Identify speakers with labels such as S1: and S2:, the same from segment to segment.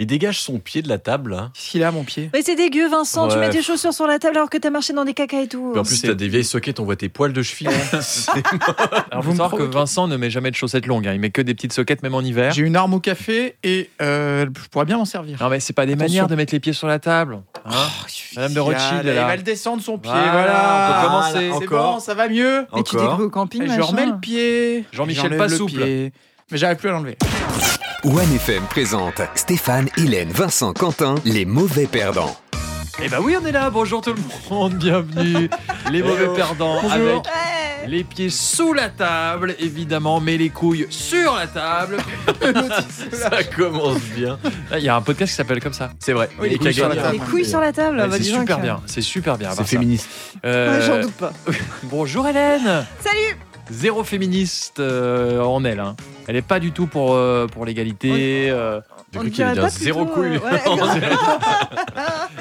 S1: Il dégage son pied de la table. hein. là.
S2: Qu'est-ce qu'il a, mon pied
S3: Mais c'est dégueu, Vincent. Tu
S1: Ouais.
S3: mets tes chaussures sur la table alors que t'as marché dans des caca et tout.
S1: Puis en plus,
S2: c'est-
S1: t'as des vieilles soquettes, on voit tes poils de cheville. C'est-
S2: Vous
S4: Alors, faut
S2: me
S4: savoir que
S2: provoquez.
S4: Vincent ne met jamais de chaussettes longues. hein. Il met que des petites soquettes, même en hiver.
S2: J'ai une arme au café et euh, je pourrais bien m'en servir.
S4: Non, mais c'est pas des
S2: Attention.
S4: manières de mettre les pieds sur la table. hein. Madame de Rothschild,
S2: elle
S4: là.
S2: va le descendre son pied,
S4: Voilà,
S2: voilà.
S4: on peut commencer.
S2: C'est
S1: Encore.
S2: bon, ça va mieux.
S5: Et tu t'es
S1: Encore.
S5: cru au camping,
S2: Et je
S5: machin.
S2: remets le pied.
S4: Jean-Michel
S2: J'enlève
S4: pas
S2: le
S4: souple.
S2: pied. Mais j'arrive plus à l'enlever.
S6: One FM présente Stéphane, Hélène, Vincent, Quentin, les mauvais perdants.
S4: Eh ben oui, on est là. Bonjour tout le monde. Bienvenue. Les mauvais perdants avec
S3: Ouais.
S4: les pieds sous la table, évidemment, mais les couilles sur la table.
S1: Ça commence bien.
S4: Là, Il y a un podcast qui s'appelle comme ça.
S1: C'est vrai.
S2: Oui, les
S1: Et
S2: couilles sur
S1: Kagame.
S2: la table.
S3: Les couilles sur la table.
S4: Ouais,
S3: bah,
S4: c'est
S3: dis donc.
S4: super bien. C'est super bien. à
S1: C'est
S4: part ça.
S1: féministe.
S4: Euh,
S3: Ouais, J'en doute pas.
S4: bonjour Hélène.
S3: Salut
S4: Zéro féministe euh, en elle. hein. Elle est pas du tout pour, euh, pour l'égalité. euh.
S1: J'ai
S3: On
S1: cru
S3: ne
S1: qu'il allait
S3: dirait
S1: dire
S3: pas
S1: zéro
S3: plutôt,
S1: couille.
S3: euh, ouais,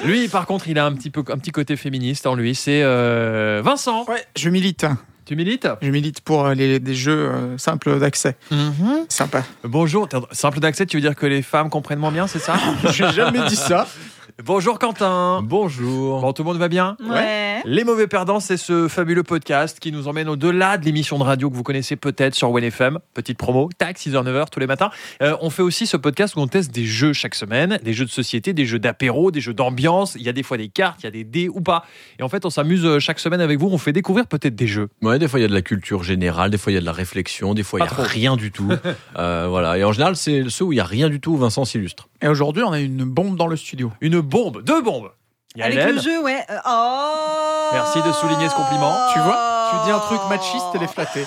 S4: Lui, par contre, il a un petit, peu, un petit côté féministe en lui. C'est euh, Vincent.
S2: Ouais, je milite. hein.
S4: Tu milites
S2: Je milite pour euh, les, des jeux euh, simples d'accès.
S1: Mm-hmm.
S2: Sympa.
S4: Bonjour. T'as- Simple d'accès, tu veux dire que les femmes comprennent moins bien, c'est ça
S2: J'ai jamais dit ça.
S4: Bonjour Quentin.
S1: Bonjour.
S4: Bon, tout le monde va bien
S3: Ouais.
S4: Les Mauvais Perdants, c'est ce fabuleux podcast qui nous emmène au-delà de l'émission de radio que vous connaissez peut-être sur WNFM. Petite promo, tac, 6h-9h tous les matins. Euh, on fait aussi ce podcast où on teste des jeux chaque semaine, des jeux de société, des jeux d'apéro, des jeux d'ambiance. Il y a des fois des cartes, il y a des dés ou pas. Et en fait, on s'amuse euh, chaque semaine avec vous. On fait découvrir peut-être des jeux.
S1: Ouais, des fois il y a de la culture générale, des fois il y a de la réflexion, des fois il
S4: Pas
S1: n'y a
S4: trop.
S1: rien du tout. Euh, voilà. Et en général, c'est ceux où il n'y a rien du tout où Vincent s'illustre.
S2: Et aujourd'hui, on a une bombe dans le studio.
S4: Une bombe, deux bombes. Il y a
S3: Avec
S4: Hélène.
S3: le jeu, ouais. Euh, Oh
S4: Merci de souligner ce compliment.
S2: Tu vois, tu dis un truc machiste, elle est flattée.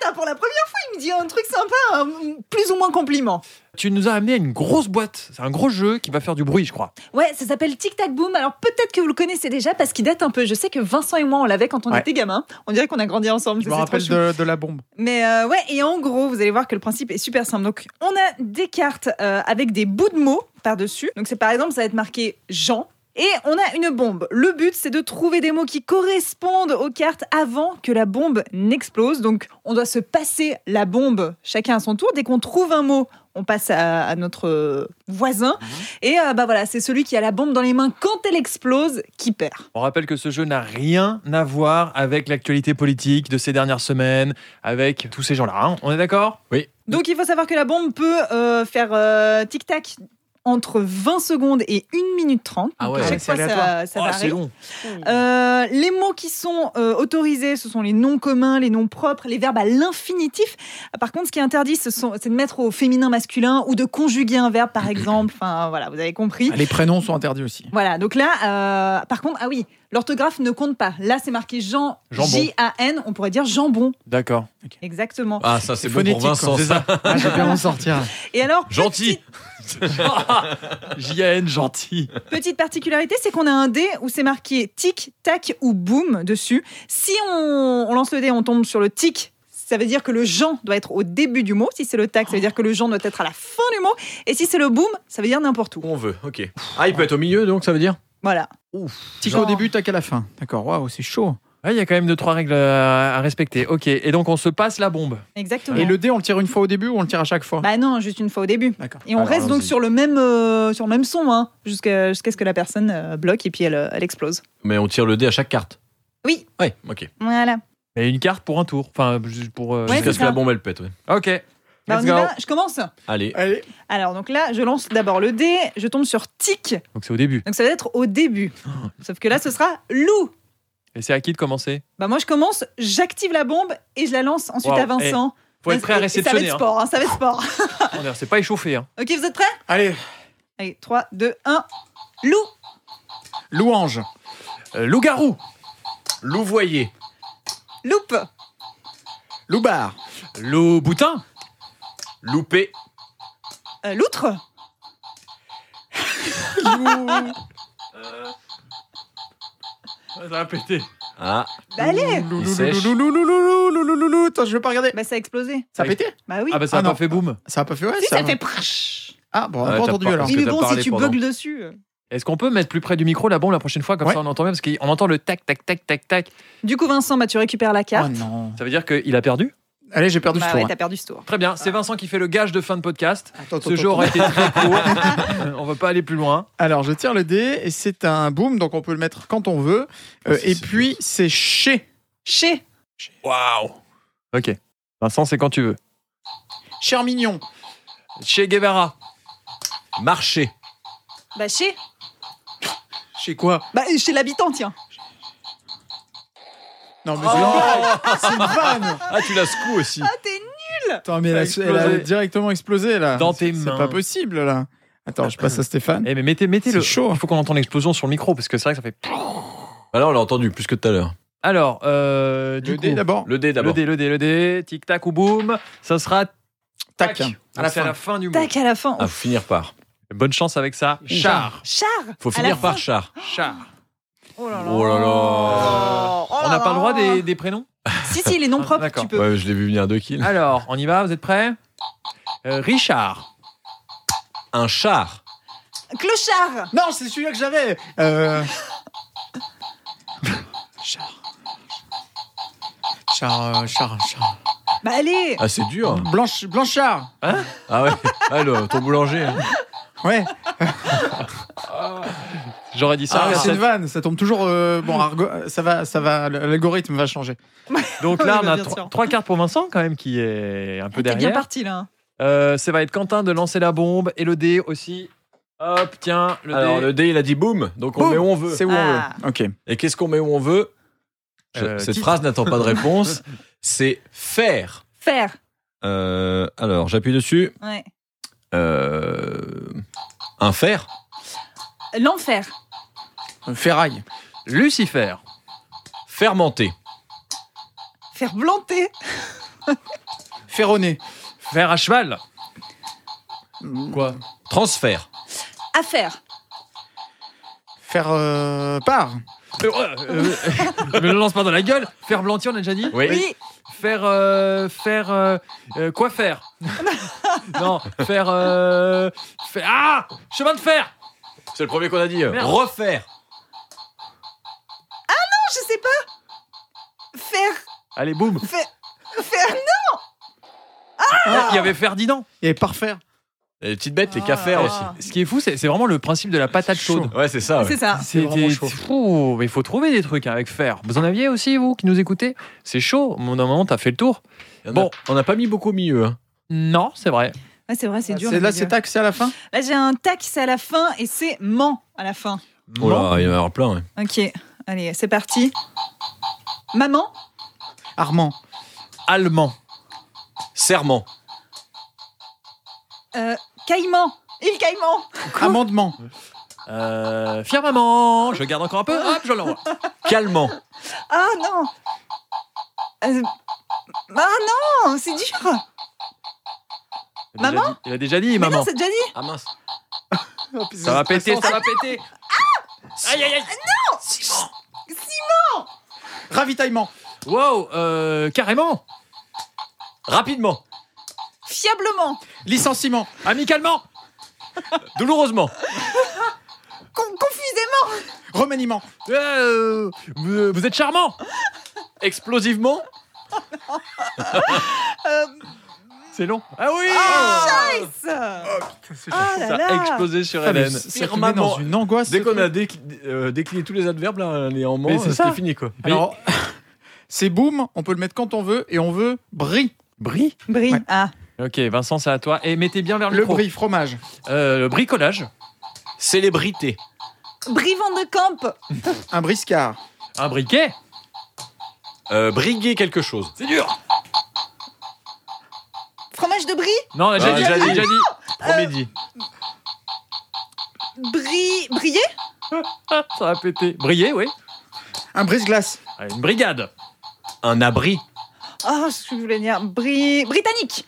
S3: Attends, pour la première fois, il me dit un truc sympa, un- plus ou moins compliment.
S4: Tu nous as amené à une grosse boîte. C'est un gros jeu qui va faire du bruit, je crois.
S3: Ouais, ça s'appelle Tic Tac Boom. Alors peut-être que vous le connaissez déjà parce qu'il date un peu. Je sais que Vincent et moi, on l'avait quand on
S2: Ouais.
S3: était gamins. On dirait qu'on a grandi ensemble.
S2: Je
S3: ça,
S2: me
S3: c'est
S2: rappelle
S3: trop chou.
S2: de, de la bombe.
S3: Mais euh, ouais, et en gros, vous allez voir que le principe est super simple. Donc, on a des cartes euh, avec des bouts de mots par-dessus. Donc, c'est par exemple, ça va être marqué Jean. Et on a une bombe. Le but, c'est de trouver des mots qui correspondent aux cartes avant que la bombe n'explose. Donc, on doit se passer la bombe chacun à son tour. Dès qu'on trouve un mot, on passe à, à notre euh, voisin. Et euh, bah voilà, c'est celui qui a la bombe dans les mains quand elle explose qui perd.
S4: On rappelle que ce jeu n'a rien à voir avec l'actualité politique de ces dernières semaines, avec tous ces gens-là. hein. On est d'accord
S3: Donc il faut savoir que la bombe peut euh, faire euh, tic-tac entre 20 secondes et 1 minute 30.
S1: Ah
S3: Donc,
S1: ouais,
S3: à chaque
S2: c'est
S3: fois, ça,
S2: aléatoire.
S3: ça
S4: Oh,
S3: varie.
S4: c'est long.
S3: Euh, les mots qui sont euh, autorisés, ce sont les noms communs, les noms propres, les verbes à l'infinitif. Par contre, ce qui est interdit, ce sont- c'est de mettre au féminin masculin ou de conjuguer un verbe, par exemple. Enfin, voilà, vous avez compris.
S2: Ah, Les prénoms sont interdits aussi.
S3: Voilà, donc là, euh, par contre, ah oui, l'orthographe ne compte pas. Là, c'est marqué Jean,
S4: Jambon.
S3: J-A-N, on pourrait dire jambon,
S4: D'accord.
S3: exactement.
S1: Ah, ça c'est bon pour
S2: quoi,
S1: Vincent.
S2: c'est
S1: ça.
S2: ça. Ah, je vais bien m'en sortir.
S3: Et alors,
S1: Gentil.
S4: J.A.N. gentil.
S3: Petite particularité, c'est qu'on a un dé où c'est marqué tic, tac ou boum dessus. Si on, on lance le dé, on tombe sur le tic. Ça veut dire que le Jean doit être au début du mot. Si c'est le tac, ça veut dire que le Jean doit être à la fin du mot. Et si c'est le boum, ça veut dire n'importe où.
S1: Où on veut. Ok. Ah, il peut être au milieu donc ça veut dire.
S3: Voilà.
S2: Tic
S3: Genre.
S2: au début, tac à la fin. D'accord, waouh, c'est chaud.
S4: Il y a quand même deux, trois règles à, à respecter. Ok, et donc on se passe la bombe.
S3: Exactement.
S2: Et le dé, on le tire une fois au début ou on le tire à chaque fois
S3: Bah non, juste une fois au début.
S2: D'accord.
S3: Et on
S1: Alors,
S3: reste donc
S1: allons-y.
S3: sur le même, euh, sur le même son, hein, jusqu'à jusqu'à ce que la personne euh, bloque et puis elle, euh, elle explose.
S1: Mais on tire le dé à chaque carte.
S3: Oui.
S1: Ouais. Ok.
S3: Voilà.
S4: Et une carte pour un tour. Enfin, juste pour. euh,
S3: Ouais,
S1: Jusqu'à
S3: c'est
S1: ce que la
S3: ça.
S1: bombe elle pète. ouais.
S4: Ok.
S3: Bah,
S4: Let's
S3: on y
S4: go.
S3: va, je commence.
S1: Allez.
S2: Allez.
S3: Alors donc là, je lance d'abord le dé, je tombe sur tic.
S4: Donc c'est au début.
S3: Donc ça va être au début. Sauf que là, ce sera loup.
S4: Et c'est à qui de commencer
S3: Bah moi je commence, j'active la bombe et je la lance ensuite
S4: Wow,
S3: à Vincent.
S4: eh, Faut être prêt à
S3: Et- et Ça va
S4: réceptionner.
S3: être
S4: hein.
S3: sport, hein, ça va être sport.
S4: On est- C'est pas échauffé. hein.
S3: ok, vous êtes prêts
S2: Allez,
S3: Allez, 3, 2, 1. Loup,
S2: louange.
S4: Euh, Loup-garou.
S1: Louvoyer.
S3: loupe,
S2: Loubar.
S4: Loup-boutin.
S1: Loupé.
S3: euh, loutre,
S4: Ça va péter.
S1: Ah.
S3: bah allez
S2: Loulou,
S1: Il sèche.
S2: loulou, loulou, loulou, loulou, loulou. Attends, je vais pas regarder.
S3: Bah ça a explosé.
S2: Ça a pété
S3: Bah oui.
S4: Ah bah ça
S2: Ah
S4: a
S2: non.
S4: pas fait boum.
S2: Ça a pas fait ouais
S3: si, ça
S2: a-
S3: fait prrrch.
S2: Ah, bon, on
S1: Ah,
S2: n'a
S1: t'as
S2: pas entendu
S1: pas-
S2: alors.
S1: Parce
S3: Il
S1: que
S3: est
S1: t'as
S3: bon si
S1: parlé
S3: tu
S1: pendant.
S3: bugles dessus.
S4: Est-ce qu'on peut mettre plus près du micro la bombe la prochaine fois comme
S2: Ouais.
S4: ça on entend bien parce qu'on entend le tac tac tac tac tac.
S3: Du coup Vincent, bah tu récupères la
S2: Oh
S3: carte.
S2: non.
S4: Ça veut dire qu'il a perdu
S2: Allez, j'ai perdu
S3: Bah
S2: ce tour.
S3: ouais, t'as perdu ce tour.
S4: Très bien, c'est Vincent qui fait le gage de fin de podcast.
S2: Attends, attends,
S4: Ce jeu
S2: attends.
S4: aurait été très court. On va pas aller plus loin.
S2: Alors, je tire le dé et c'est un boom, donc on peut le mettre quand on veut.
S4: Ah,
S2: Euh,
S1: c'est-
S2: et
S1: c'est
S2: puis, c'est chez.
S3: Chez.
S4: Waouh. Ok. Vincent, c'est quand tu veux.
S2: Cher mignon.
S4: Chez Guevara.
S1: Marché.
S3: Bah chez.
S2: Chez quoi
S3: Bah chez l'habitant, tiens.
S2: Non, mais c'est
S4: Oh.
S2: une blague. C'est une vanne.
S1: Ah, tu l'as secoué aussi.
S3: Ah, t'es nul.
S2: Attends, mais elle a,
S4: Ça a
S2: elle a
S4: explosé.
S2: directement explosé là.
S4: Dans tes
S2: C'est-
S4: mains.
S2: C'est pas possible là. Attends, je passe à Stéphane.
S4: Eh mais mettez, mettez
S2: C'est
S4: le.
S2: chaud.
S4: Il faut qu'on entende l'explosion sur le micro parce que c'est vrai que ça fait.
S1: Alors, Ah on l'a entendu plus que tout à l'heure.
S4: Alors, euh, du
S2: Le
S4: coup,
S2: dé d'abord.
S1: Le dé
S4: le
S1: d'abord.
S4: dé, le dé, le dé, tic tac ou boum, ça sera
S2: Tac.
S4: Donc,
S2: À la
S4: c'est
S2: fin.
S4: fin du mot.
S3: Tac à la fin.
S1: Ah, faut finir par.
S4: Bonne chance avec ça. Char,
S3: Char.
S1: Faut
S3: À la
S1: finir par
S3: fin.
S1: char.
S4: char.
S3: Oh là là.
S1: Oh là là.
S3: Oh
S4: On
S3: là
S4: n'a pas
S3: là.
S4: le droit des, des prénoms
S3: Si si, les noms propres,
S4: D'accord.
S3: tu peux.
S1: Ouais, je l'ai vu venir deux kills.
S4: Alors, on y va, vous êtes prêts Euh, Richard.
S1: Un char.
S3: Clochard.
S2: Non, c'est celui-là que j'avais. Euh... Char. Char, euh, char, char.
S3: Bah allez.
S1: Ah, c'est dur.
S2: Blanche, Blanchard.
S1: Ah ouais. Ah, le- ton boulanger. hein.
S2: Ouais.
S4: J'aurais dit ça.
S2: Ah,
S4: mais
S2: c'est
S4: ça-
S2: une vanne. Ça tombe toujours. euh, Bon, argo- ça va, ça va. L'algorithme va changer.
S4: Donc
S3: Oui,
S4: là, on
S3: bah,
S4: a
S3: bien
S4: trois,
S3: sûr.
S4: trois cartes pour Vincent quand même qui est un peu
S3: T'es bien
S4: derrière.
S3: parti là.
S4: Euh, ça va être Quentin de lancer la bombe et le dé aussi. Hop, tiens, le
S1: Alors,
S4: dé.
S1: le dé, il a dit boum. Donc, on
S2: Boum.
S1: met où on veut.
S2: C'est où
S3: Ah.
S2: on veut. Ok.
S1: Et qu'est-ce qu'on met où on veut Je-
S4: Euh,
S1: Cette
S4: titre.
S1: phrase n'attend pas de réponse. C'est faire.
S3: Faire.
S1: Euh, alors, j'appuie dessus.
S3: Ouais.
S1: Euh, un fer.
S3: L'enfer.
S2: Euh, Ferraille.
S4: Lucifer.
S1: Fermenter.
S3: Faire planter.
S2: Ferronné.
S4: Fer à cheval.
S2: Quoi
S1: Transfert.
S3: Affaire.
S2: Faire euh, part.
S4: Euh, euh, euh, me le lance pas dans la gueule. Faire blantir, on a déjà dit.
S1: Oui.
S3: Oui.
S4: Faire. euh, faire. euh, euh, quoi faire Non, faire. euh, faire- Ah Chemin de fer
S1: C'est le premier qu'on a dit.
S4: Merde.
S1: Refaire.
S3: Oh, je sais pas. Faire.
S4: Allez, boum
S3: Faire. Faire.
S4: Il y avait Ferdinand.
S2: Il y avait parfaire.
S1: Les petites bêtes, les
S3: Ah.
S1: cafères aussi.
S4: Ce qui est fou, c'est c'est vraiment le principe de la patate chaude.
S1: Ouais, c'est ça. ouais.
S3: C'est ça.
S2: C'est vraiment chaud.
S4: fou, mais il faut trouver des trucs hein, avec fer. Vous en aviez aussi, vous, qui nous écoutez C'est chaud. Mon moment, t'as fait le tour.
S1: Il y en a-
S4: Bon.
S1: on n'a pas mis beaucoup au milieu. hein.
S4: Non, c'est vrai.
S3: Ouais, c'est vrai, c'est dur.
S2: Ah, C'est- là,
S3: le
S2: c'est
S3: milieu.
S2: taxé à la fin.
S3: Là, j'ai un tac, c'est à la fin et c'est ment à la fin.
S1: Oh là, il y en a avoir plein. ouais.
S3: Ok, allez, c'est parti. Maman,
S2: Armand.
S4: Allemand.
S1: Serment.
S3: euh, caïman, il caïman,
S2: Amendement.
S4: Euh, firmament. Je garde encore un peu. Hop, je l'envoie.
S1: Calmant.
S3: ah non, Euh, ah non, c'est dur,
S4: Il a déjà
S3: Maman
S4: dit- Il a déjà dit,
S3: mais non,
S4: maman.
S3: c'est déjà dit,
S1: Ah mince.
S4: Ça va péter, ça va péter. Aïe, aïe, aïe.
S2: Ravitaillement.
S4: Wow, euh, carrément.
S1: Rapidement.
S3: fiablement,
S2: Licenciement.
S4: Amicalement. Douloureusement.
S3: Con- confusément,
S2: Remaniement.
S4: Euh, vous vous êtes charmant.
S1: Explosivement.
S3: euh,
S4: C'est long. Ah oui.
S3: nice. Ah là
S4: Ça a
S3: là.
S4: explosé sur
S2: Ah, mais
S4: Hélène.
S2: ça te met
S1: Firmament.
S2: dans une angoisse.
S1: Dès
S2: ce
S1: qu'on
S2: truc.
S1: a décli- euh, décliné tous les adverbes, là,
S4: Mais
S1: néanmoins,
S4: c'est
S1: euh,
S4: ça.
S1: c'était fini quoi.
S2: Alors, c'est boom, on peut le mettre quand on veut et on veut brie.
S4: Brie.
S3: Brille,
S2: Ouais.
S3: ah,
S4: Ok, Vincent, c'est à toi. Et mettez bien vers le,
S2: Le
S4: micro.
S2: brie, fromage.
S4: Euh, le bricolage.
S1: Célébrité.
S3: brivant de camp,
S2: Un briscard.
S4: Un briquet.
S1: Euh, briguer quelque chose.
S4: C'est dur.
S3: fromage de brie,
S4: Non, on a déjà
S1: Ah,
S4: dit.
S1: déjà
S4: on a
S1: dit.
S4: déjà dit.
S1: Premier dit.
S3: brie, briller,
S4: Ah, ça va péter. Briller, oui.
S2: Un brise-glace.
S4: Ah, Une brigade.
S1: Un abri.
S3: ah, ce que je voulais dire, brie, britannique,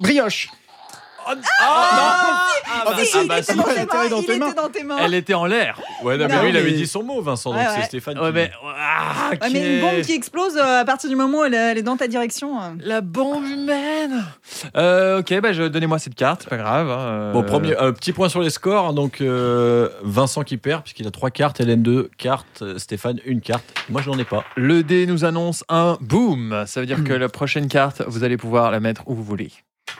S2: Brioche.
S4: Ah, non.
S3: Si,
S1: ah
S3: il
S1: bah,
S3: était
S1: si,
S3: dans
S2: elle
S3: tes
S2: était
S3: mains,
S2: dans
S3: il
S2: tes
S3: était
S2: mains.
S3: dans tes mains,
S4: Elle était en l'air.
S1: Ouais, non, mais
S3: Non,
S1: lui, il avait
S2: mais-
S1: dit son mot, Vincent.
S3: Ouais,
S1: donc c'est
S3: ouais.
S1: Stéphane.
S4: Ouais,
S1: qui-
S4: mais. ah, Ah,
S3: Ouais, mais une bombe qui explose euh, à partir du moment où elle, elle est dans ta direction. euh.
S4: La bombe humaine Euh, Ok, bah, je- donnez-moi cette carte, pas grave. hein, euh,
S1: Bon, premier, euh, petit point sur les scores. Donc, euh, Vincent qui perd, puisqu'il a trois cartes, Hélène deux cartes, euh, Stéphane une carte. Moi, je n'en ai pas.
S4: Le dé nous annonce un boom. Ça veut dire que la prochaine carte, vous allez pouvoir la mettre où vous voulez.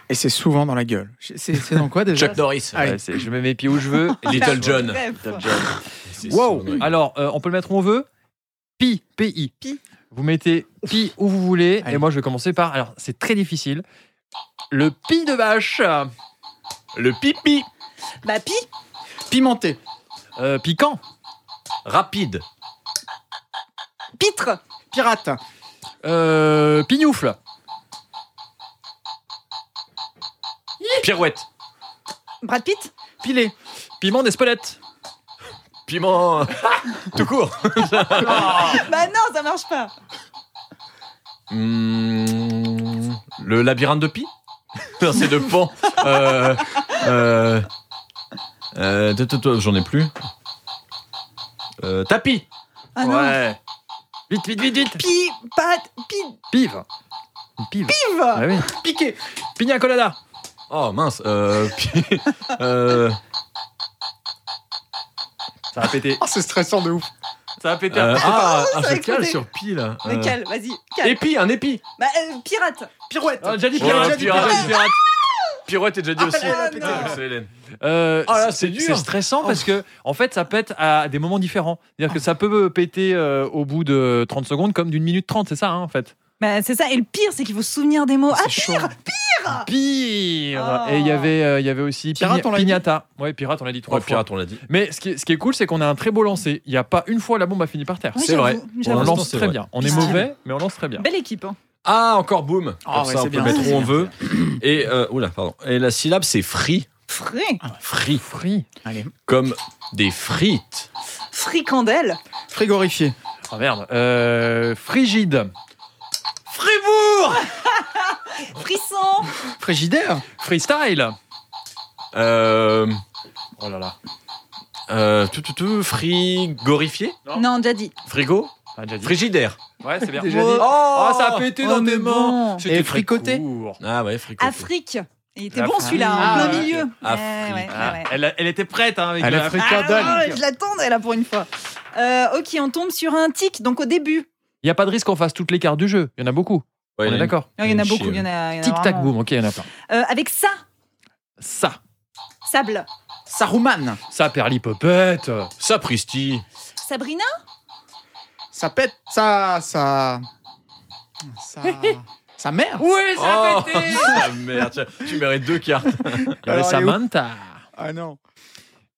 S2: Et c'est souvent dans la gueule. C'est- C'est dans quoi déjà
S1: Chuck Norris.
S2: Ah oui.
S4: Ouais, c'est- je mets mes pieds où je veux.
S3: Ah,
S1: Little John.
S3: Bref.
S1: C'est-
S4: Wow
S1: c'est mon-
S4: Alors, euh, on peut le mettre où on veut Pi, P-I.
S3: Pi.
S4: Vous mettez pi où vous voulez.
S2: Allez.
S4: Et moi, je vais commencer par. Alors, c'est très difficile. Le pi de vache.
S1: Le pipi.
S3: Bah, pi
S2: Pimenté.
S4: Euh, piquant.
S1: Rapide.
S3: Pitre
S2: Pirate.
S4: Euh, pignoufle.
S1: Pirouette.
S3: Brad Pitt
S2: Pilé.
S4: Piment d'Espelette.
S1: Piment. Tout court.
S3: Bah, non, ça marche pas
S1: Mmh, le labyrinthe de Pi Non, c'est de Pan. Euh, euh, euh, tout, tout, tout, J'en ai plus. Euh, tapis.
S3: Ah non
S4: ouais. Vite, vite, vite, vite.
S3: Pi, pat, pi,
S4: Pive. Pive.
S3: pive
S4: Ah oui.
S2: Piqué.
S4: Pina colada.
S1: Oh mince. Euh, pi- euh,
S4: Ça a pété.
S2: Oh, c'est stressant de ouf.
S4: Ça a pété.
S1: euh, ah, ah,
S3: Oh, ça
S1: je
S3: a
S1: cale
S3: explosé.
S1: sur Pi là.
S3: Mais
S1: Euh,
S3: cale, vas-y, cale
S1: épi, un épi.
S3: Bah, euh, pirate
S2: Pirouette.
S4: Ah, déjà dit
S1: Ouais, pirate,
S4: pirate, déjà dit pirate.
S1: pirate. Pirouette est déjà dit
S2: Ah,
S1: aussi.
S2: elle a
S3: pété.
S1: Ah, c'est Hélène.
S4: Euh,
S1: Ah là,
S4: c'est
S1: c'est dur.
S4: C'est stressant parce que en fait, ça pète à des moments différents. C'est-à-dire que ça peut péter euh, au bout de 30 secondes comme d'une minute 30, c'est ça hein, en fait.
S3: Bah, c'est ça, et le pire, c'est qu'il faut se souvenir des mots. Ah, pire
S4: Pire.
S3: Ah.
S4: Et il y avait euh, il y avait aussi
S2: Pirate,
S4: pigna-
S2: on l'a dit.
S4: pignata. Ouais, pirate, on l'a dit trois
S1: Trois
S4: fois.
S1: pirates, on l'a dit.
S4: Mais ce qui, ce qui est cool, c'est qu'on a un très beau lancer. Il n'y a pas une fois la bombe a fini par terre.
S3: Ouais,
S1: c'est vrai.
S3: Ah j'avoue, j'avoue.
S4: On
S1: Pour l'instant,
S4: lance
S1: c'est
S4: très
S1: vrai.
S4: bien. On est
S3: Pistine.
S4: mauvais, mais on lance très bien.
S3: Belle équipe, hein.
S1: Ah, encore boom. Comme
S2: Ah, ouais,
S1: ça, on
S2: c'est
S1: peut
S2: bien.
S1: le mettre où on
S4: C'est
S1: veut. Et euh, oula, pardon. Et la syllabe, c'est free.
S3: Frais
S4: Ah
S1: Free.
S4: Free.
S2: Allez.
S1: Comme des frites.
S3: Fricandelle
S2: Frigorifié.
S4: Oh merde. Euh, frigide.
S1: Fribourg
S3: Frisson
S4: Ah
S2: Frigidaire.
S4: Freestyle.
S1: euh,
S4: Oh là là.
S1: euh, tout, tout, tout, frigorifié
S4: Non.
S3: Non, déjà dit.
S1: Frigo
S4: Ah, déjà dit.
S1: Frigidaire.
S4: Ouais, c'est bien.
S2: Déjà dit.
S4: Oh, ça a pété
S2: oh,
S4: dans
S2: mais
S4: tes mains.
S3: bon.
S4: C'était
S2: Et
S4: très
S2: fricoté.
S4: court.
S1: Ah ouais, frigo.
S3: Afrique Il était
S4: La
S3: bon
S4: Afrique.
S3: celui-là, en
S4: Ah,
S3: plein
S4: ouais.
S3: milieu Ouais,
S1: Afrique.
S3: ouais,
S4: Ah,
S3: ouais.
S4: elle, a- elle était prête hein, avec
S2: Elle
S4: le-
S2: a
S3: Ah,
S2: fricandelle.
S4: Ah,
S3: ouais, je l'attendais là pour une fois. Euh, ok, on tombe sur un tic, donc au début.
S4: Il n'y a pas de risque qu'on fasse toutes les cartes du jeu. Il y en a beaucoup.
S1: Ouais,
S4: on est d'accord.
S3: Non, Il y en a
S1: Une
S3: beaucoup,
S1: chier.
S3: il y en a. il y en a
S4: Tic tac
S3: vraiment.
S4: boom. Ok, il y en a plein.
S3: Euh, avec ça,
S4: Ça,
S3: sable.
S2: Saruman.
S4: ça Euh, perlipopette.
S1: Sapristi.
S3: Sabrina
S2: Ça pète. Ça. Ça. Ça. Sa mère.
S4: Oui,
S1: Oh, la merde. tiens, Tu mérites deux cartes.
S4: Il y avait
S2: Alors, elle est où
S4: Samantha.
S2: Ah non.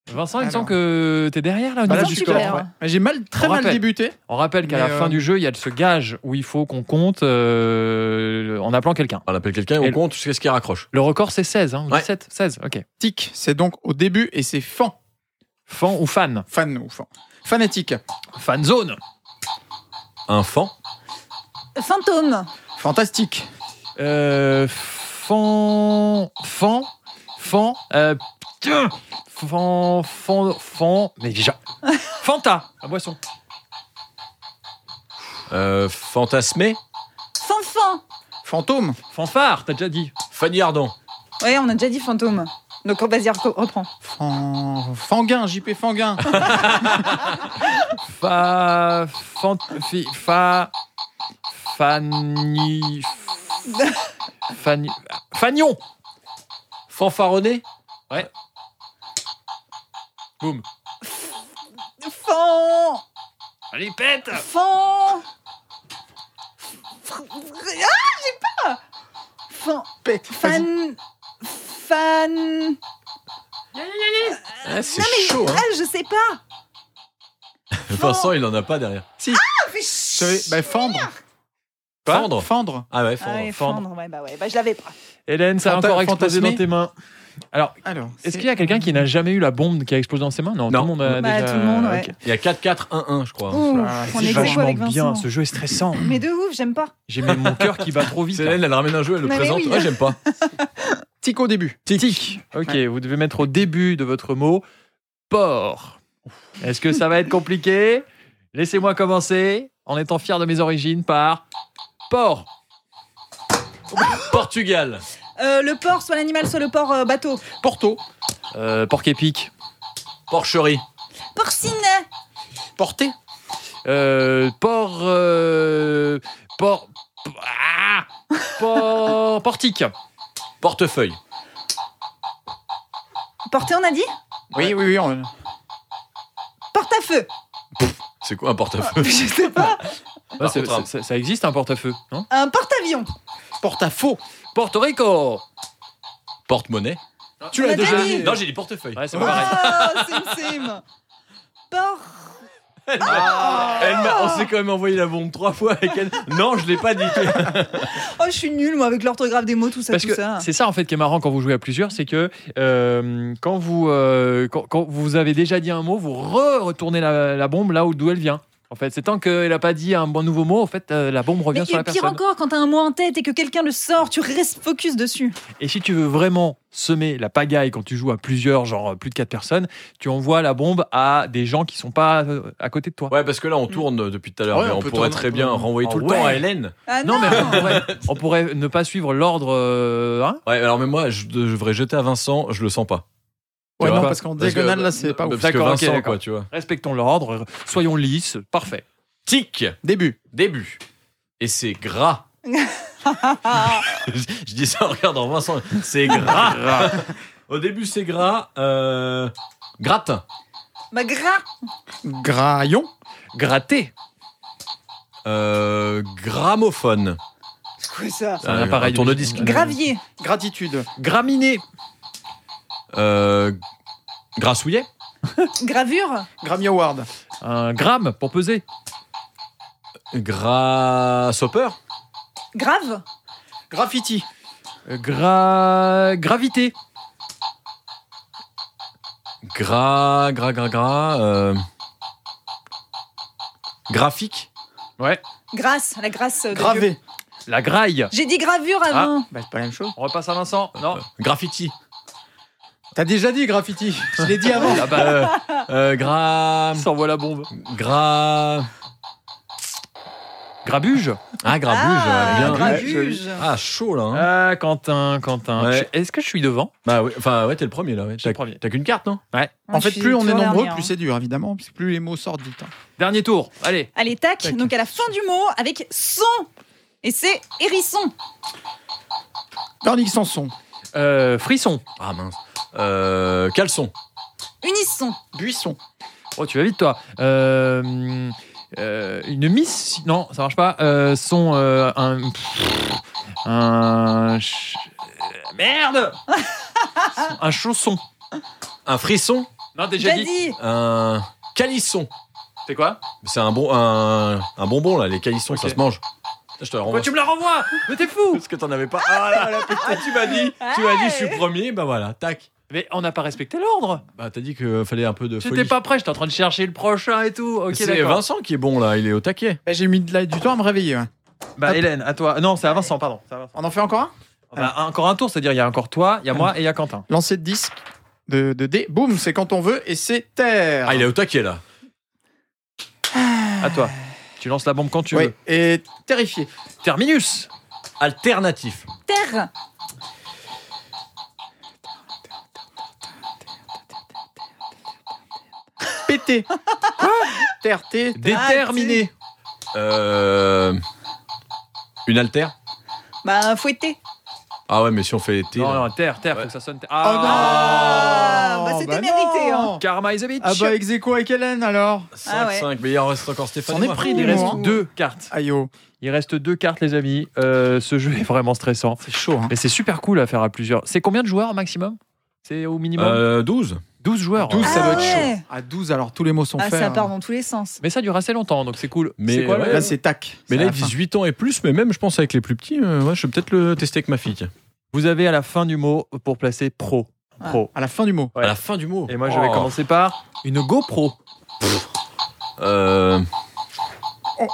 S4: Vincent, il me
S2: Alors.
S4: semble que t'es derrière là. Au
S3: Bah
S4: niveau
S3: là,
S4: du
S3: je suis
S4: score.
S3: derrière.
S2: Mais J'ai mal, très
S4: On
S2: mal
S4: rappelle.
S2: débuté.
S4: On rappelle qu'à la
S2: Mais, euh,
S4: fin du jeu, il y a ce gage où il faut qu'on compte euh, en appelant quelqu'un.
S1: On appelle quelqu'un et
S4: Et-
S1: on compte jusqu'à ce qu'il raccroche.
S4: Le record, c'est 16 hein, ou
S1: Ouais.
S4: 17 16, ok.
S2: Tic, c'est donc au début et c'est fan.
S4: Fan ou fan
S2: Fan ou fan. Fanatique.
S4: Fan zone
S1: Un fan.
S3: Fantôme.
S2: Fantastique.
S4: euh, Fan. Fan. Fan. Euh, tiens, fan. Fan. Fan. Mais déjà. Fanta La boisson.
S1: Euh, fantasmé.
S3: Fanfan.
S2: Fantôme.
S4: Fanfare, t'as déjà dit.
S1: Fanny Ardant.
S3: Ouais, on a déjà dit fantôme. Donc oh, vas-y, reco- reprends.
S2: Fan- Fanguin. JP Fanguin.
S4: Fa. Fan. fi- Fa. Fanny. Fanny. Fagnon
S1: Fanfaronné.
S3: Fan.
S4: Allez, pète
S3: Fan. Fr- fr- Ah, j'ai pas.
S2: Pète. Vas-y.
S3: Fan. Fan. Fan.
S1: Ah, c'est
S3: Non mais
S1: chaud, hein.
S3: ah, je sais pas.
S1: Vincent, il en a pas derrière.
S3: Ah, fais
S2: Je savais-
S3: chier.
S2: bah, fendre.
S1: Fendre.
S2: Fendre.
S1: Ah ouais,
S3: Ah
S1: fendre.
S3: ouais,
S4: fendre.
S3: fendre, ouais, bah ouais, bah je l'avais pas.
S4: Hélène, ça a
S2: Fanta-
S4: encore explosé
S2: fantasmé
S4: dans tes mains. Alors,
S2: Alors.
S4: est-ce
S2: c'est-
S4: qu'il y a quelqu'un qui n'a jamais eu la bombe qui a explosé dans ses mains non,
S1: Non.
S4: tout le monde a
S3: Bah,
S4: déjà...
S3: tout le monde, ouais.
S4: Ok.
S1: Il y a 4-4-1-1, je crois.
S2: Ah,
S3: Ouf, on
S4: C'est
S3: est ex aequo
S4: vachement
S3: avec
S4: bien,
S3: Vincent.
S4: ce jeu est stressant.
S3: Mais de ouf, j'aime pas.
S4: J'ai même mon cœur qui bat trop vite. hein.
S1: C'est Hélène, elle ramène un jeu, elle le
S3: Mais
S1: présente.
S3: oui.
S1: Ah, j'aime pas.
S2: Tic au début.
S4: Tic. Ok, vous devez mettre au début de votre mot porc. Est-ce que ça va être compliqué Laissez-moi commencer en étant fier de mes origines par porc.
S1: Portugal.
S3: Euh, le porc, soit l'animal, soit le porc euh, bateau.
S4: Porto. Euh, porc épic.
S1: Porcherie.
S3: Porcine
S4: Porté. Euh, porc. euh, porc. Ah Porc- portique.
S1: Portefeuille.
S3: Porté, on a dit
S2: Oui, oui, oui. on-
S3: Porte-à-feu
S1: C'est quoi un portefeuille
S3: Je sais pas.
S4: Ouais, c'est-
S1: contre, hein.
S4: c'est- ça existe un portefeuille, non
S3: Un porte-avions.
S4: Porte à faux. Porto Rico.
S1: Porte-monnaie.
S4: Tu
S3: On l'as a déjà dit.
S1: Non, j'ai dit portefeuille.
S4: Ouais, c'est pas pareil.
S3: Oh, sim sim Porc.
S1: Elle m'a- on s'est quand même envoyé la bombe trois fois avec elle. Non, je l'ai pas dit.
S3: Oh, je suis nulle, moi, avec l'orthographe des mots, tout ça,
S4: Parce
S3: tout
S4: que
S3: ça.
S4: c'est ça en fait qui est marrant quand vous jouez à plusieurs, c'est que euh, quand vous euh, quand, quand vous avez déjà dit un mot, vous re retournez la, la bombe là où d'où elle vient. En fait, c'est tant qu'elle a pas dit un bon nouveau mot, en fait, euh, la bombe revient
S3: Mais
S4: sur la
S3: pire
S4: personne.
S3: encore, quand t'as un mot en tête et que quelqu'un le sort, tu restes focus dessus.
S4: Et si tu veux vraiment semer la pagaille quand tu joues à plusieurs, genre euh, plus de quatre personnes, tu envoies la bombe à des gens qui sont pas euh, à côté de toi.
S1: Ouais, parce que là, on tourne depuis tout à l'heure,
S2: Ouais,
S1: mais
S2: on
S1: on,
S2: peut
S1: pourrait
S2: tourner-
S1: très bien renvoyer
S4: Oh,
S1: tout le
S4: ouais.
S1: temps à Hélène.
S3: Ah non,
S4: Non, mais on pourrait, on pourrait ne pas suivre l'ordre. euh, hein
S1: Ouais, alors, mais moi, je, je devrais jeter à Vincent, je le sens pas.
S2: Ouais,
S1: Tu
S2: non,
S1: vois
S2: Bah, parce bah, qu'en
S1: Parce que- bah,
S2: diagonale, là, c'est pas ouf.
S1: Parce que
S4: D'accord, ok,
S1: Vincent,
S4: d'accord.
S1: quoi, tu vois.
S4: Respectons l'ordre, soyons lisses, parfait.
S1: Tic,
S2: Début.
S1: début. Et c'est gras.
S3: Ah,
S1: je je dis ça en regardant Vincent. C'est gras. Au début, c'est gras. euh, gratin.
S3: bah, gras.
S2: Graillon.
S4: Gratter,
S1: Euh, gramophone.
S3: C'est quoi ça
S4: un appareil de
S1: tourne-disque.
S4: musique.
S3: Gravier.
S2: Gratitude.
S4: graminer,
S1: Euh, grassouillet.
S3: Gravure.
S2: Grammy Award.
S4: un gramme pour peser.
S1: Grassopper.
S3: Grave.
S2: Graffiti.
S4: Euh, Gra... Gravité.
S1: Gras, gras, gras, gras. euh, graphique.
S4: Ouais.
S3: Grâce. La grâce de Dieu.
S2: Gravé.
S4: La graille.
S3: J'ai dit gravure avant.
S2: Bah, c'est pas la même chose.
S4: On repasse à Vincent. Non.
S1: euh, graffiti.
S2: T'as déjà dit graffiti. Je l'ai dit avant.
S4: Ah bah,
S1: Euh, euh, gra.
S4: il s'envoie la bombe.
S1: Gras.
S4: Grabuge.
S1: Ah, grabuge,
S3: Ah,
S1: bien.
S3: grabuge.
S1: Ah, chaud là. hein.
S4: Ah, Quentin, Quentin.
S1: Ouais.
S4: Je- Est-ce que je suis devant
S1: Bah, ouais, enfin, ouais, t'es le premier là. ouais.
S4: suis
S1: T'as
S4: le premier.
S1: t'as qu'une carte, non
S2: En
S3: Je
S2: fait,
S3: suis
S2: plus on est
S3: toujours
S2: nombreux,
S3: dernière,
S2: plus
S3: hein.
S2: c'est dur, évidemment, puisque plus les mots sortent vite. hein.
S4: Dernier tour. Allez.
S3: Allez, tac.
S2: Tac.
S3: Donc, à la fin du mot, avec son. Et c'est hérisson.
S2: Bernie Sanson.
S4: Euh, frisson.
S1: Ah mince. Euh, caleçon.
S3: Unisson.
S2: Buisson.
S4: Oh, tu vas vite, toi. Euh, euh, une miss. Non, ça marche pas. Euh, son. euh, un. Un. ch- euh, Merde Un chausson.
S1: Un frisson.
S4: Non, déjà
S3: J'ai
S4: dit.
S3: dit.
S1: Un calisson.
S4: C'est quoi
S1: C'est un, bon, un, un bonbon là, les calissons,
S4: Ok.
S1: ça se mange. Putain, Je te le renvoie.
S4: Pourquoi tu me la renvoies Mais t'es fou
S1: Parce que t'en avais pas. Ah, là, là, putain. Ah, tu m'as dit, tu m'as dit, je suis premier, bah voilà, tac.
S4: Mais on n'a pas respecté l'ordre.
S1: Bah t'as dit qu'il fallait un peu de folie.
S4: J'étais pas prêt, j'étais en train de chercher le prochain et tout. Ok,
S1: C'est
S4: d'accord.
S1: Vincent qui est bon là, il est au taquet.
S2: Bah, J'ai mis de la- du temps à me réveiller. ouais.
S4: Bah, Hélène, à toi. Non, c'est à Vincent, pardon. C'est à Vincent.
S2: On en fait encore un
S4: Bah, encore un tour, c'est-à-dire il y a encore toi, il y a moi et il y a Quentin.
S2: Lancer de disque de, de dés. Boum, c'est quand on veut et c'est terre.
S1: Ah, il est au taquet là.
S4: À toi. Tu lances la bombe quand tu
S2: Oui,
S4: veux.
S2: et terrifié.
S4: Terminus.
S1: Alternatif.
S3: Terre.
S2: Pété. Terre, T.
S4: Déterminé.
S1: Euh, une altère.
S3: Bah, fouetter.
S1: Ah ouais, mais si on fait T.
S4: non,
S1: là.
S4: non, terre, terre,
S1: Ouais.
S4: faut que ça sonne. terre.
S2: Oh non
S3: Ah, bah, c'était mérité,
S2: non.
S3: hein.
S4: Karma is a bitch.
S2: Ah bah, ex aequo avec Hélène alors
S1: 5,
S3: Ah ouais.
S1: 5, mais il en reste encore Stéphane.
S2: On
S1: et
S2: est
S1: moi.
S2: pris
S4: Il
S2: des
S4: reste
S2: restes.
S4: deux cartes.
S2: Aïe oh.
S4: Il reste deux cartes, les amis. Euh, ce jeu est vraiment stressant.
S2: C'est chaud, hein.
S4: Mais c'est super cool à faire à plusieurs. C'est combien de joueurs maximum C'est au minimum
S1: Euh, 12.
S4: 12 joueurs.
S2: 12, ça
S3: Ah
S2: doit être
S3: ouais.
S2: chaud. À 12, alors tous les mots sont
S3: Ah,
S2: faits.
S3: ça part
S2: hein.
S3: dans tous les sens.
S4: Mais ça dure assez longtemps, donc c'est cool.
S1: Mais
S4: c'est quoi
S1: ouais.
S4: le...
S2: Là, c'est tac.
S1: Mais
S2: C'est
S1: là,
S2: la fin.
S1: 18 ans et plus, mais même, je pense, avec les plus petits, euh, ouais, je vais peut-être le tester avec ma fille. tiens.
S4: Vous avez à la fin du mot pour placer pro.
S3: Ah.
S4: Pro.
S2: À la fin du mot.
S4: Ouais.
S1: À la fin du mot.
S4: Et moi, je vais
S1: Oh.
S4: commencer par une GoPro.
S1: Euh...
S2: Oh.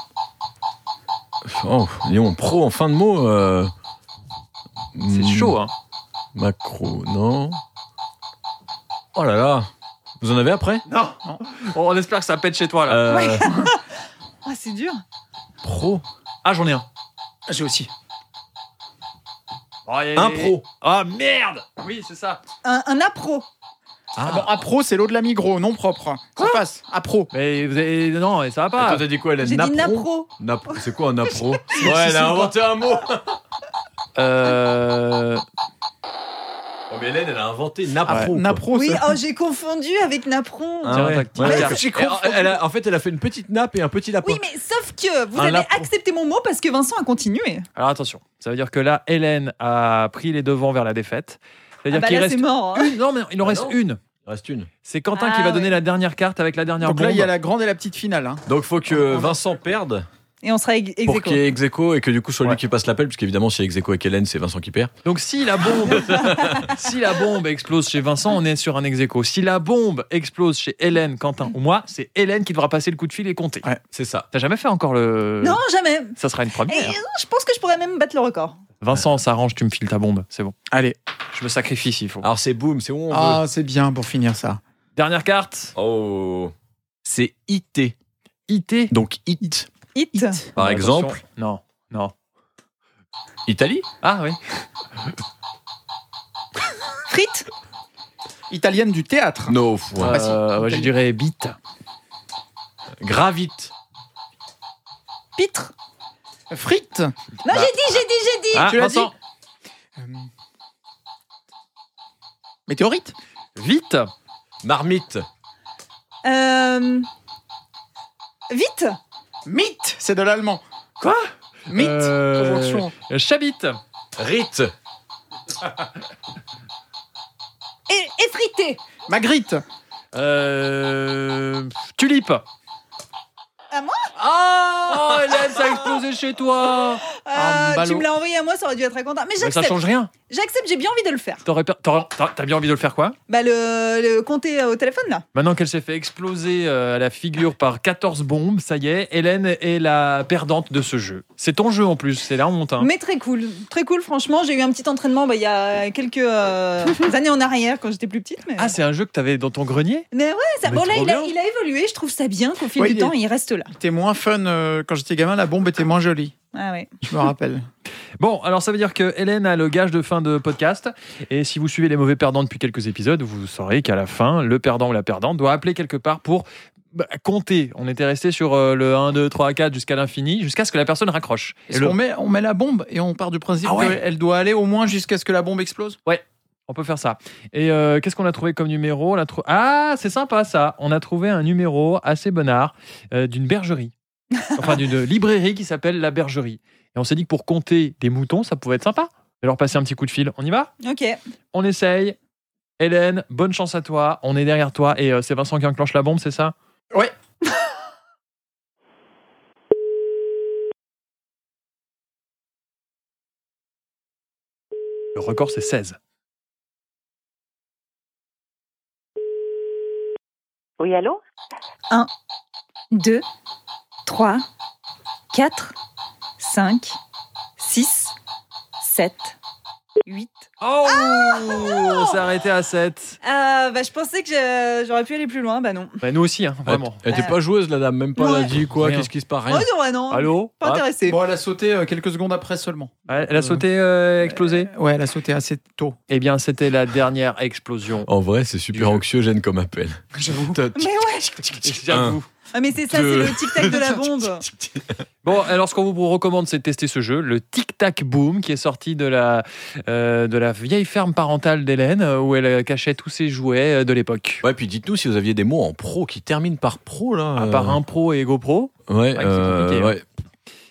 S1: Oh, Lyon, pro en fin de mot. euh,
S4: C'est
S1: hmm,
S4: chaud, hein.
S1: Macro, non. Oh là là. Vous en avez après
S4: Oh, Non On espère que ça pète chez toi, là.
S1: Euh,
S3: Ah, c'est dur.
S4: Pro. Ah, j'en ai un.
S5: J'ai aussi.
S4: Oh, allez,
S1: Un
S4: allez.
S1: pro.
S4: Ah, merde Oui, c'est ça.
S3: Un, un appro.
S2: Ah bon, Apro, c'est l'eau de la Migros, non propre. Ça passe, Apro.
S4: Mais vous avez... Non, ça va
S1: Et
S4: pas.
S1: Toi, t'as dit quoi,
S3: J'ai
S1: Hélène
S3: dit
S1: Napro
S3: napro.
S1: Napro, C'est quoi un napro Ouais, elle a inventé un mot
S4: Euh...
S1: Oh, mais Hélène, elle a inventé
S2: Ah,
S1: napro. quoi.
S2: Napro,
S3: Oui,
S2: c'est-
S3: oh, j'ai confondu avec napron.
S1: Ah
S4: Tiens,
S1: ouais.
S4: tactique.
S1: Ouais,
S4: Ah,
S1: ouais.
S2: j'ai
S1: Et alors, elle a- en fait, elle a fait une petite nappe et un petit lapin.
S3: Oui, mais sauf que vous
S1: Un
S3: avez
S1: napro.
S3: accepté mon mot parce que Vincent a continué.
S4: Alors attention, ça veut dire que là, Hélène a pris les devants vers la défaite.
S3: Ah
S4: C'est-à-dire
S3: bah
S4: qu'il
S3: là,
S4: reste
S3: c'est mort. hein.
S4: une. Non, mais il en
S1: Ah
S4: reste
S1: non.
S4: une.
S1: Il Reste une.
S4: C'est Quentin
S3: Ah
S4: qui va
S3: ouais.
S4: donner la dernière carte avec la dernière
S2: Donc
S4: bombe.
S2: là, il y a la grande et la petite finale. hein.
S1: Donc, faut que Vincent perde
S3: Et on sera ex ex
S1: pour
S3: aequo.
S1: qu'il y ait ex aequo et que du coup, soit
S4: Ouais.
S1: lui qui passe l'appel, parce qu'évidemment, si ex aequo avec Hélène, c'est Vincent qui perd.
S4: Donc si la bombe, si la bombe explose chez Vincent, on est sur un ex-écho. Si la bombe explose chez Hélène, Quentin ou moi, c'est Hélène qui devra passer le coup de fil et compter.
S1: C'est ça.
S4: T'as jamais fait encore le
S3: Non, jamais.
S4: Ça sera une
S3: Et
S4: première.
S3: euh, je pense que je pourrais même battre le record.
S4: Vincent, ça arrange, tu me files ta bombe, c'est bon.
S2: Allez.
S4: Je me sacrifie s'il faut.
S1: Alors, c'est boum, c'est où on veut.
S2: Ah, c'est bien pour finir ça.
S4: Dernière carte,
S1: Oh. C'est IT.
S4: IT.
S1: Donc, IT.
S3: Hit.
S1: Par
S4: Attention.
S1: exemple,
S4: Non, non.
S1: Italie
S4: Ah oui.
S3: Frites.
S2: Italienne du théâtre.
S1: No.
S4: Euh,
S1: Ouais.
S3: Ah,
S4: ouais, je dirais bite.
S1: Gravite.
S3: Pitre.
S2: Frites.
S4: Bah.
S3: Non, j'ai dit, j'ai dit, j'ai dit.
S4: Ah,
S2: tu l'as
S4: Vincent,
S2: Euh, Météorite.
S4: vite.
S1: Marmite.
S4: Ah.
S3: Euh, Vite.
S2: Mythe, c'est de l'allemand.
S4: Quoi
S2: Mythe.
S4: Euh,
S2: Conjonction.
S4: Chabite.
S1: Rite.
S3: Et, effrité.
S2: Magritte.
S4: Euh, Tulipe.
S3: À moi
S4: Ah Oh, Hélène, ça a explosé chez toi
S3: Euh,
S2: Ah,
S3: tu
S2: ballot.
S3: me l'as envoyé à moi, ça aurait dû être à Quentin. Mais
S4: Mais Ça
S3: j'accepte.
S4: change rien.
S3: J'accepte, j'ai bien envie de le faire.
S4: T'aurais per- t'aurais- T'as t'as bien envie de le faire quoi
S3: Bah, le, le compter euh, au téléphone, là.
S4: Maintenant qu'elle s'est fait exploser euh, à la figure par 14 bombes, ça y est, Hélène est la perdante de ce jeu. C'est ton jeu en plus, c'est là on monte. hein.
S3: Mais très cool, très cool franchement. J'ai eu un petit entraînement bah, il y a quelques euh, années en arrière quand j'étais plus petite. Mais,
S4: Ah, c'est un jeu que t'avais dans ton grenier
S3: mais ouais, ça...
S4: Mais
S3: bon là
S4: trop
S3: il a,
S4: bien.
S3: il a évolué, je trouve ça bien qu'au fil
S2: Ouais,
S3: du
S2: il est-
S3: temps il reste là.
S2: C'était moins fun euh, quand j'étais gamin, la bombe était moins jolie.
S3: Ah ouais.
S2: Je me rappelle.
S4: Bon, alors ça veut dire que Hélène a le gage de fin de podcast. Et si vous suivez les mauvais perdants depuis quelques épisodes, vous saurez qu'à la fin, le perdant ou la perdante doit appeler quelque part pour bah, compter. On était resté sur euh, le 1, 2, 3, 4 jusqu'à l'infini, jusqu'à ce que la personne raccroche. Et
S2: Est-ce
S4: le-
S2: qu'on met, on met la bombe et on part du principe
S4: Ah ouais.
S2: qu'elle doit aller au moins jusqu'à ce que la bombe explose
S4: On peut faire ça. Et euh, qu'est-ce qu'on a trouvé comme numéro On a trou- Ah, c'est sympa ça. On a trouvé un numéro assez bonnard euh, d'une bergerie. Enfin, d'une librairie qui s'appelle La Bergerie. Et on s'est dit que pour compter des moutons, ça pouvait être sympa. Et leur passer un petit coup de fil. On y va
S3: Ok.
S4: On essaye. Hélène, bonne chance à toi. On est derrière toi. Et euh, c'est Vincent qui enclenche la bombe, c'est ça
S2: Ouais.
S4: Le record, c'est 16.
S7: Oui, allô
S3: 2, 3, 4, 5, 6, 7, 8.
S4: Oh On s'est arrêté à 7.
S3: bah, je pensais que je- j'aurais pu aller plus loin, bah non.
S4: Bah, nous aussi, hein,
S1: Elle-
S4: vraiment.
S1: Elle était
S3: Euh.
S1: pas joueuse, la dame. Même pas, elle a
S3: Ouais.
S1: dit quoi
S4: Rien.
S1: Qu'est-ce qui se passe
S3: Oh
S1: Rien.
S3: non, ah non.
S4: Allô
S3: Pas
S4: Ah,
S3: intéressé.
S2: Bon, elle a sauté euh, quelques secondes après seulement.
S4: Elle elle a sauté, euh, explosé
S2: Ouais, elle a sauté assez tôt.
S4: Eh bien, c'était la dernière explosion.
S1: En vrai, c'est super
S4: Du-
S1: anxiogène comme appel.
S2: J'avoue.
S1: T'as-
S3: Mais ouais.
S4: J'avoue.
S3: Ah, mais c'est ça, c'est
S1: Deux.
S3: le tic-tac de la bombe.
S4: Bon, alors ce qu'on vous recommande, c'est de tester ce jeu, le Tic Tac Boom, qui est sorti de la, euh, de la vieille ferme parentale d'Hélène, euh, où elle euh, cachait tous ses jouets euh, de l'époque.
S1: Ouais, puis dites-nous si vous aviez des mots en pro qui terminent Ah, par pro là.
S4: À part Impro et GoPro.
S1: Euh, Ouais,
S4: c'est vrai que c'est
S1: euh,
S4: compliqué,
S1: ouais.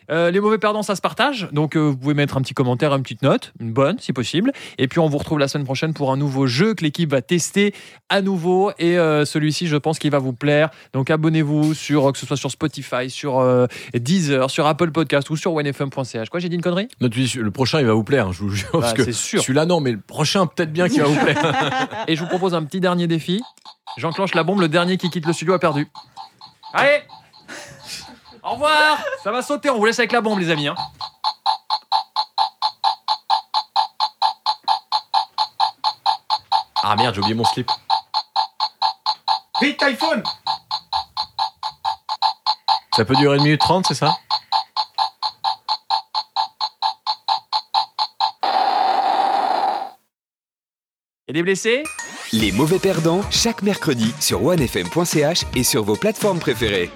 S4: Euh, les mauvais perdants, ça se partage. Donc, euh, vous pouvez mettre un petit commentaire, une petite note, une bonne si possible. Et puis, on vous retrouve la semaine prochaine pour un nouveau jeu que l'équipe va tester à nouveau. Et euh, celui-ci, je pense qu'il va vous plaire. Donc, abonnez-vous sur euh, que ce soit sur Spotify, sur euh, Deezer, sur Apple Podcast ou sur onefm.ch. Quoi, j'ai dit une connerie
S1: Notre vie- le prochain, il va vous plaire, hein, je vous jure. parce
S4: Bah,
S1: que
S4: C'est sûr.
S1: celui-là, non, mais le prochain, peut-être bien qu'il va vous plaire.
S4: Et je vous propose un petit dernier défi. J'enclenche la bombe. Le dernier qui quitte le studio a perdu. Allez Au revoir Ça va sauter. On vous laisse avec la bombe, les amis. hein.
S1: Ah merde, j'ai oublié mon slip.
S2: Vite, iPhone
S1: Ça peut durer une minute trente, c'est ça
S4: Il y a des blessés
S6: Les mauvais perdants, chaque mercredi sur onefm.ch et sur vos plateformes préférées.